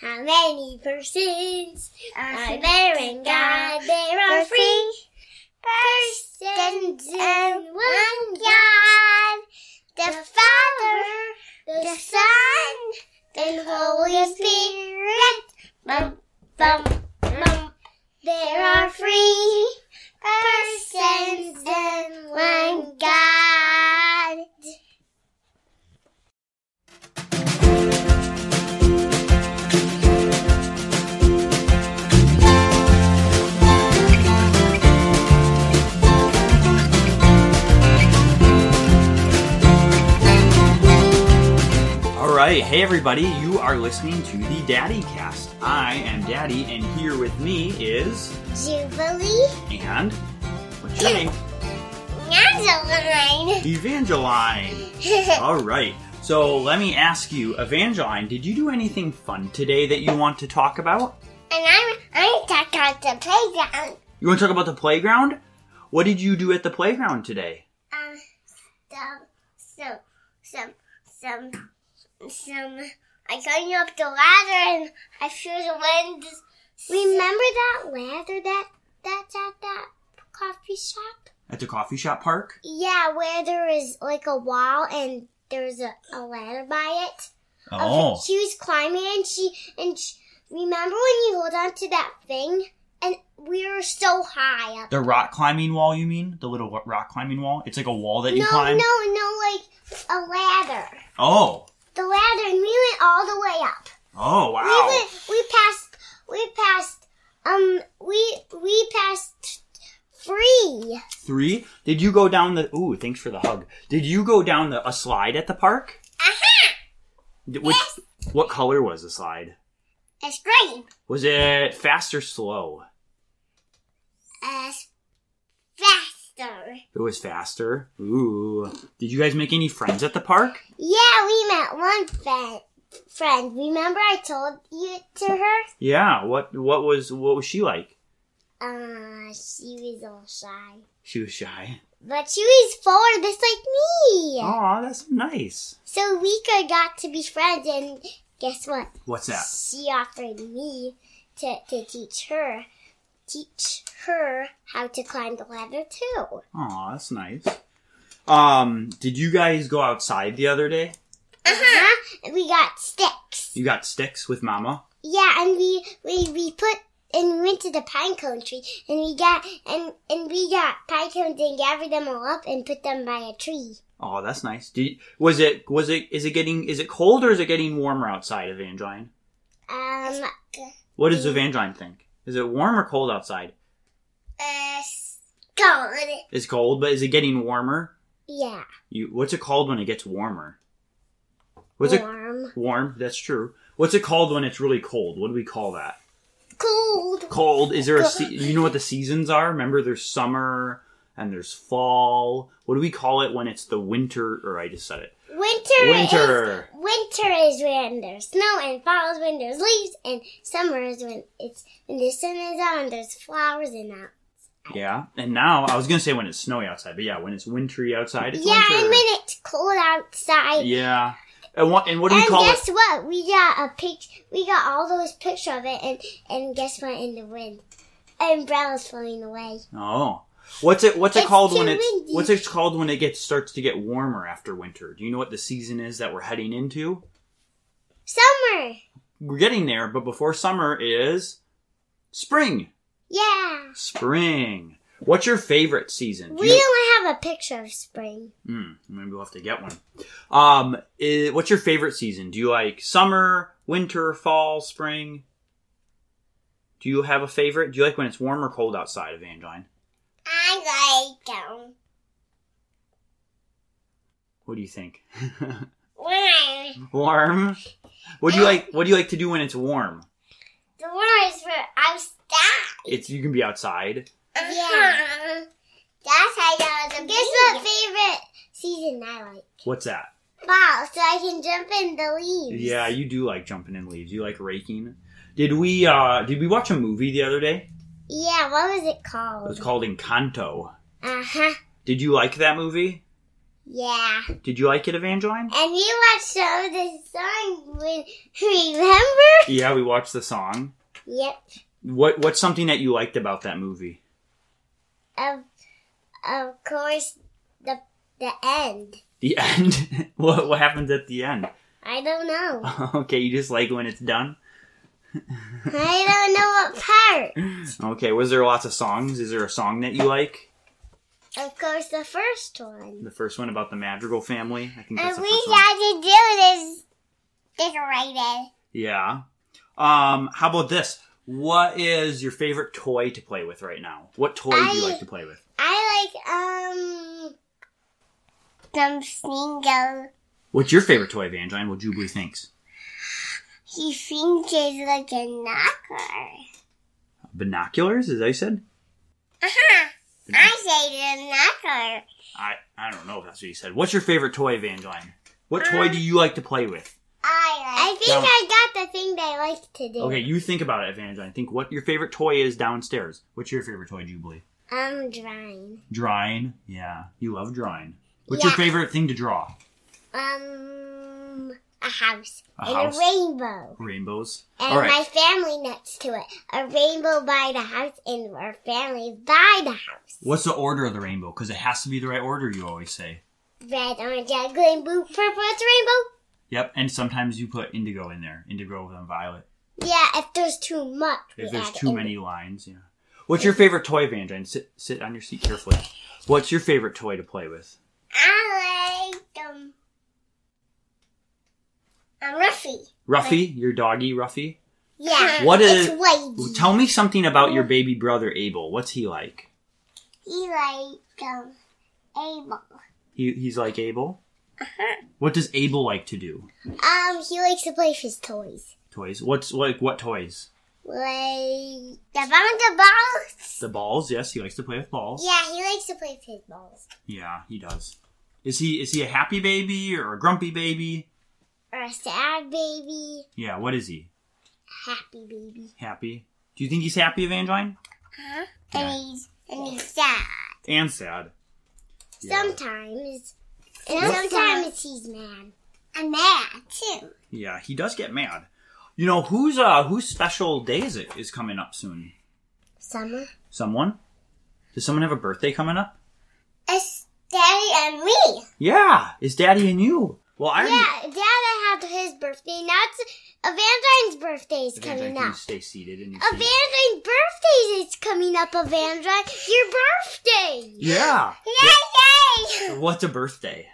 How many persons are Are there in God? There are There are three persons in one God. The Father, the Son, and Holy Spirit. Bum, bum, bum. There are three persons in one God. All right, hey everybody, you are listening to the Daddy Cast. I am Daddy, and here with me is Jubilee. and what's your name? Angeline. Evangeline. All right, so let me ask you, Evangeline, did you do anything fun today that you want to talk about? And I'm I'm stuck on the playground. You want to talk about the playground? What did you do at the playground today? Um, some, some, some, some, some. I going up the ladder and I feel the wind. Remember that ladder that that's at that coffee shop? At the coffee shop park? Yeah, where there is like a wall and there's a, a ladder by it. Oh, She was climbing and she and she, remember when you hold on to that thing and we were so high up. the rock climbing wall, you mean? The little rock climbing wall? It's like a wall that you no, climb? no, no, like a ladder. Oh, The ladder, and we went all the way up. oh, We wow. went, we passed, we passed, um, we we passed three. Three. Did you go down the? Ooh, thanks for the hug. Did you go down the a slide at the park? Aha! D- Which, What color was the slide? It's green. Was it fast or slow? It's faster. It was faster. Ooh. Did you guys make any friends at the park? Yeah, we met one friend. Friend, remember I told you to her? Yeah. What What was What was she like? Uh, she was all shy. She was shy. But she was four, just like me. Aw, that's nice. So we could got to be friends, and guess what? What's that? She offered me to, to teach her, teach her how to climb the ladder too. Aw, that's nice. Um, did you guys go outside the other day? Uh-huh. And we got sticks. You got sticks with Mama. Yeah, and we, we, we put, and we went to the pine cone tree, and we got, and, and we got pine cones and gathered them all up and put them by a tree. Oh, that's nice. Did you, was it was it is it getting is it cold or is it getting warmer outside, Evangeline? Um, What does Evangeline think? Is it warm or cold outside? uh, gone. It's cold, but is it getting warmer? Yeah. You what's it called when it gets warmer? What's it warm. warm? That's true. What's it called when it's really cold? What do we call that? Cold. Cold. Is there a Cold. se- you know what the seasons are? Remember, there's summer and there's fall. What do we call it when it's the winter? Or I just said it. Winter. Is, Winter. winter is when there's snow, and fall is when there's leaves, and summer is when it's when the sun is out and there's flowers and out. Yeah. And now I was gonna say when it's snowy outside, but yeah, when it's wintry outside, it's yeah, winter. and when it's cold outside. Yeah. And what and what do we and call it? guess what? We got a pic. We got all those pictures of it, and and guess what? In the wind, umbrellas flying away. Oh. What's it what's it It's called too when it's windy. what's it called when it gets starts to get warmer after winter? Do you know what the season is that we're heading into? Summer. We're getting there, but before summer is spring. Yeah. Spring. What's your favorite season? Do We you- don't have a picture of spring. Hmm, maybe we'll have to get one. Um i- what's your favorite season? Do you like summer, winter, fall, spring? Do you have a favorite? Do you like when it's warm or cold outside, Evangeline? I like them. What do you think? When I warm. What do you like? What do you like to do when it's warm? the one is where I'm stabbed. It's you can be outside. Uh, Yeah. That's how that was a Guess what favorite season I like? What's that? Fall, so I can jump in the leaves. Yeah, you do like jumping in leaves. You like raking. Did we uh did we watch a movie the other day? Yeah, what was it It was called? called Encanto. Uh huh. Did you like that movie? Yeah. Did you like it, Evangeline? And you watched some of the song, re- remember? Yeah, we watched the song. Yep. What What's something that you liked about that movie? Of, of course, the the end. The end. what What happens at the end? I don't know. okay, you just like when it's done. I don't know what Okay, was there lots of songs? Is there a song that you like? part. Of course, the first one. The first one about the Madrigal family. I think that's And the we first one. got to do this decorated. Yeah. Um, how about this? What is your favorite toy to play with right now? What toy do you I- like to play with? I like um some single. What's your favorite toy, Evangeline? What Jubilee thinks? He thinks it's like a knocker. Binoculars, as I said? Uh-huh. I say it's a knocker. I, I don't know if that's what you said. What's your favorite toy, Evangeline? What toy do you like to play with? I like. I think No. I got the thing they like to do. Okay, you think about it, Evangeline. Think what your favorite toy is downstairs. What's your favorite toy, Jubilee? I'm drawing. Drawing. Yeah, you love drawing. What's Yeah. your favorite thing to draw? Um, a house A and house? a rainbow. Rainbows. And All right. my family next to it. A rainbow by the house and our family by the house. What's the order of the rainbow? Because it has to be the right order, you always say. Red, orange, yellow, green, blue, purple, it's a rainbow. Yep, and sometimes you put indigo in there. Indigo and violet. Yeah, if there's too much. we If there's add too in. many lines, yeah. What's your favorite toy, Evangeline? Sit sit on your seat carefully. What's your favorite toy to play with? I like um, um Ruffy. Ruffy, your doggy Ruffy. Yeah. What it's is- Whitey. Tell me something about your baby brother Abel. What's he like? He like um Abel. He he's like Abel. Uh-huh. What does Abel like to do? Um, he likes to play with his toys. Toys. What's like what toys? Like the bounce balls. The balls. Yes, he likes to play with balls. Yeah, he likes to play with his balls. Yeah, he does. Is he is he a happy baby or a grumpy baby? Or a sad baby, Yeah, what is he? happy baby. Happy. Do you think he's happy, Evangeline? Huh? And Yeah. he's and he's sad. And sad. Yeah. Sometimes. And sometimes he's mad. I'm mad too. Yeah, he does get mad. You know whose uh whose special day is it is coming up soon? Summer. Someone? Does someone have a birthday coming up? It's Daddy and me. Yeah, it's Daddy and you. Well, I already- Yeah, Dad had his birthday. Now it's Evangeline's birthday is Evangeline, coming can you up. stay seated and you see- Evangeline's birthday is coming up, Evangeline. Your birthday! Yeah. Yay, yay! What's a birthday?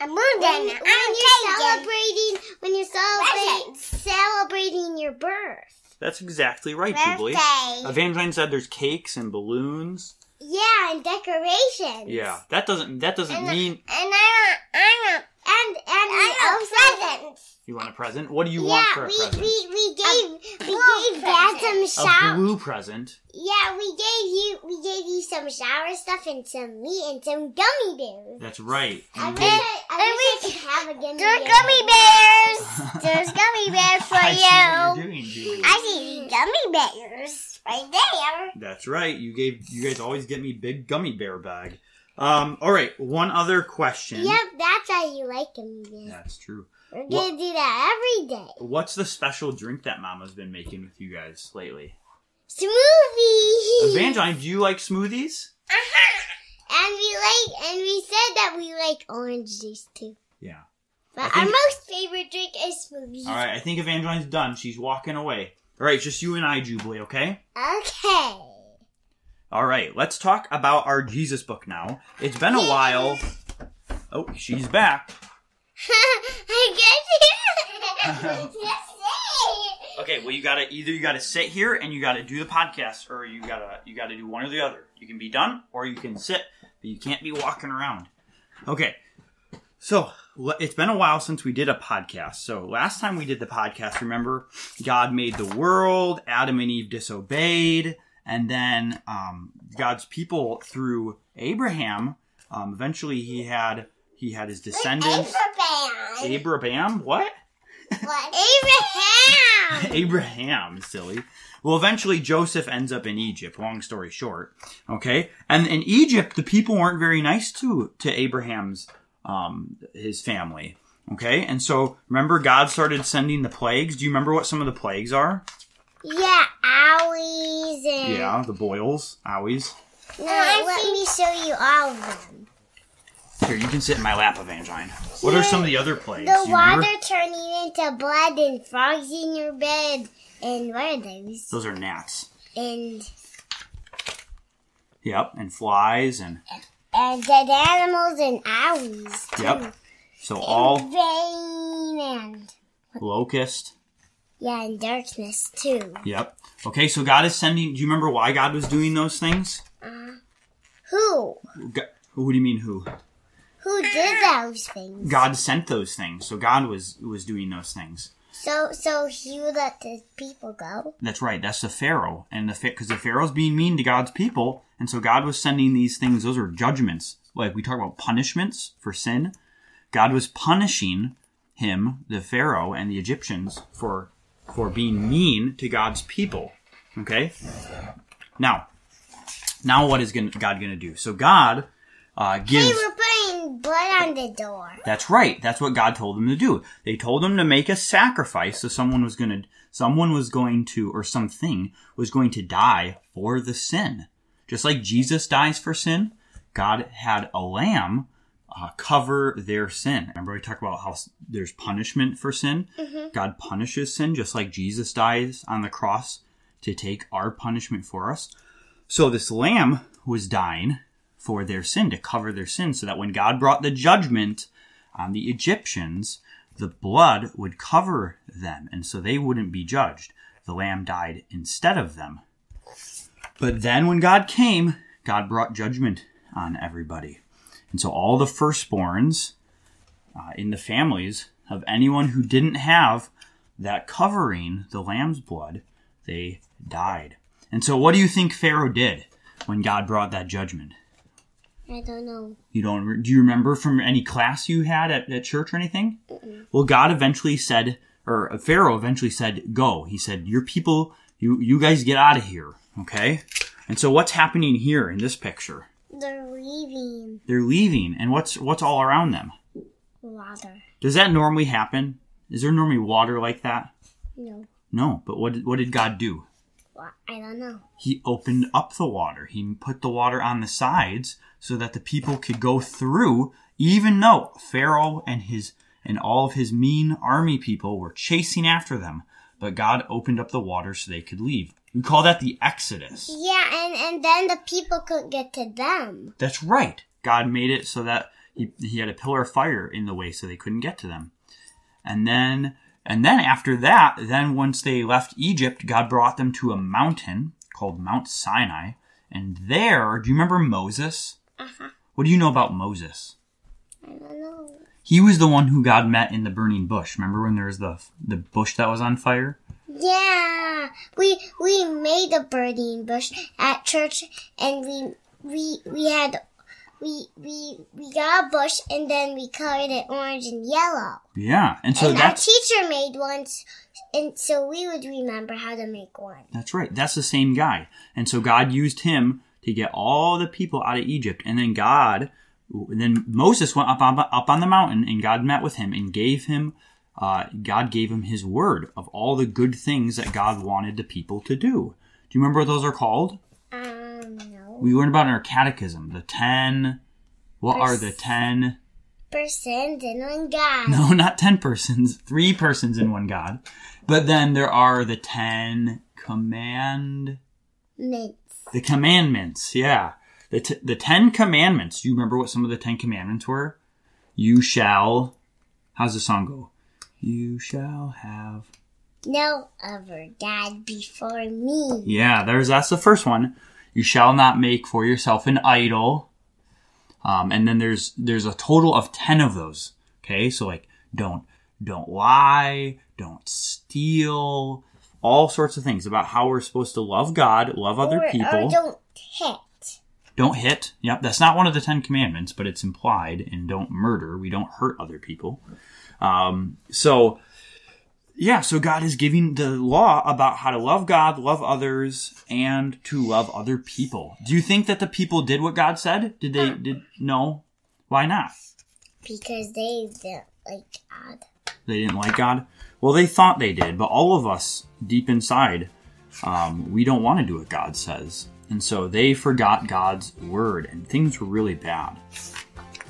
I'm moving. When, when you're celebrating, when you're celebrating, celebrating your birth. That's exactly right, Jubilee. Evangeline said there's cakes and balloons. Yeah, and decorations. Yeah, that doesn't that doesn't And, I- mean and I want, I want, and, and we also, presents. you want a present. What do you want for Yeah, a we, present? we, we gave we gave Dad some a shower. blue present. Yeah, we gave you we gave you some shower stuff and some meat and some gummy bears. That's right. I You wish did. I, I wish I could have a gummy bear. There's gummy bears. There's gummy bears for I see what you. you're doing, Jubilee. I see gummy bears right there. That's right. You gave you guys always get me big gummy bear bag. Um, all right, one other question. Yep, that's how you like gummy bears. That's true. We're Wha- gonna do that every day. What's the special drink that Mama's been making with you guys lately? Smoothie. Evangeline, do you like smoothies? And we like and we said that we like orange juice too. Yeah. I But think- our most favorite drink is smoothies. All right, I think Evangeline's done. She's walking away. All right, just you and I, Jubilee, okay? Okay. All right, let's talk about our Jesus book now. It's been a while. Oh, she's back. I guess Okay, well you gotta either you gotta sit here and you gotta do the podcast, or you gotta you gotta do one or the other. You can be done, or you can sit, but you can't be walking around. Okay, so le- it's been a while since we did a podcast. So last time we did the podcast, remember, God made the world, Adam and Eve disobeyed, and then um, God's people through Abraham. Um, eventually, he had he had his descendants. Abraham. Abraham, what? Abraham. Abraham, silly. Well, eventually Joseph ends up in Egypt. Long story short, okay. And in Egypt, the people weren't very nice to to Abraham's um, his family. Okay, and so remember, God started sending the plagues. Do you remember what some of the plagues are? Yeah, owies and. Yeah, the boils, owies. No, let me show you all of them. Here, you can sit in my lap, Evangeline. What are some of the other plagues? The Do you remember? water turning into blood and frogs in your bed. And what are those? Those are gnats. And Yep, and flies, and and dead animals and owies. yep. So all Rain and locust. yeah, and darkness too. Yep. Okay, so God is sending. Do you remember why God was doing those things? Who Go- who do you mean who? who did those things? God sent those things. So God was was doing those things. So so he would let the people go. That's right. That's the Pharaoh, and the because the Pharaoh's being mean to God's people, and so God was sending these things. Those are judgments. Like we talk about punishments for sin. God was punishing him, the Pharaoh, and the Egyptians for for being mean to God's people. Okay. Now, now what is gonna, God going to do? So God uh, gives. They were putting blood on the door. That's right. That's what God told them to do. They told them to make a sacrifice so someone was going to someone was going to or something was going to die for the sin. Just like Jesus dies for sin, God had a lamb uh, cover their sin. Remember we talked about how s- there's punishment for sin. God punishes sin just like Jesus dies on the cross to take our punishment for us. So this lamb was dying for their sin to cover their sin so that when God brought the judgment on the Egyptians, the blood would cover them, and so they wouldn't be judged. The lamb died instead of them. But then when God came, God brought judgment on everybody. And so all the firstborns uh, in the families of anyone who didn't have that covering, the lamb's blood, they died. And so what do you think Pharaoh did when God brought that judgment? I don't know. You don't. re- Do you remember from any class you had at, at church or anything? Well, God eventually said, or uh, Pharaoh eventually said, "Go." He said, "Your people, you you guys get out of here." Okay. And so, what's happening here in this picture? They're leaving They're leaving, and what's what's all around them? water. Does that normally happen? Is there normally water like that? No, No. But what did- what did God do? wa- I don't know. he opened up the water. He put the water on the sides so that the people could go through, even though Pharaoh and his and all of his mean army people were chasing after them. But God opened up the water so they could leave. We call that the Exodus. Yeah, and and then the people couldn't get to them. That's right. God made it so that he, he had a pillar of fire in the way so they couldn't get to them. And then and then after that, then once they left Egypt, God brought them to a mountain called Mount Sinai. And there, do you remember Moses? What do you know about Moses? Uh-huh. I don't know. He was the one who God met in the burning bush. Remember when there was the the bush that was on fire? Yeah, we we made a birding bush at church, and we we we had we we we got a bush, and then we colored it orange and yellow. Yeah. And so and our that's teacher made one, s- and so we would remember how to make one. That's right. That's the same guy. And so God used him to get all the people out of Egypt. And then God, then Moses went up on, up on the mountain and God met with him and gave him, uh, God gave him his word of all the good things that God wanted the people to do. Do you remember what those are called? Um, no We learned about in our catechism. The ten. What are the ten? person, then one guy. No, not ten persons. Three persons in one God. But then there are the ten command. Mints. The commandments, yeah. The, t- the Ten Commandments. Do you remember what some of the Ten Commandments were? You shall. How's the song go? You shall have. No other God before me. Yeah, there's that's the first one. You shall not make for yourself an idol. Um, and then there's there's a total of ten of those. Okay, so like don't don't lie, don't steal, all sorts of things about how we're supposed to love God, love other or, people. Or don't hit. Don't hit. Yep, that's not one of the Ten Commandments, but it's implied. And don't murder. We don't hurt other people. Um, so, yeah, so God is giving the law about how to love God, love others, and to love other people. Do you think that the people did what God said? Did they? Did no? Why not? because they didn't like God. They didn't like God? Well, they thought they did, but all of us deep inside, um, we don't want to do what God says. And so they forgot God's word, and things were really bad.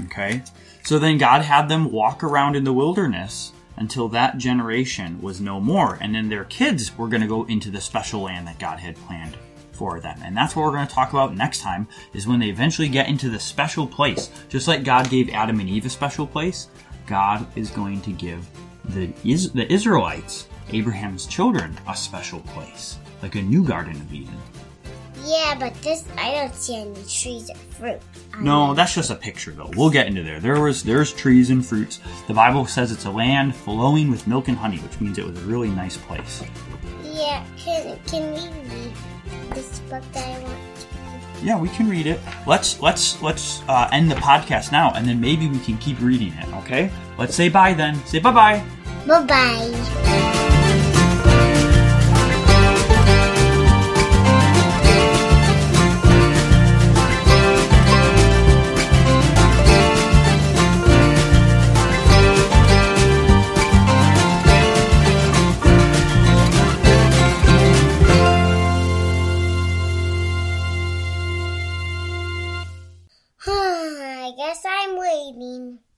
Okay? So then God had them walk around in the wilderness until that generation was no more. And then their kids were going to go into the special land that God had planned for them. And that's what we're going to talk about next time is when they eventually get into the special place. Just like God gave Adam and Eve a special place, God is going to give the Is- the Israelites, Abraham's children, a special place, like a new garden of Eden. Yeah, but this I don't see any trees or fruit. on No, it. that's just a picture though. We'll get into there. There was there's trees and fruits. The Bible says it's a land flowing with milk and honey, which means it was a really nice place. Yeah, can can we read this book that I want? Yeah, we can read it. Let's let's let's uh, end the podcast now, and then maybe we can keep reading it. Okay? Let's say bye then. Say bye bye. Bye bye. I guess I'm waiting.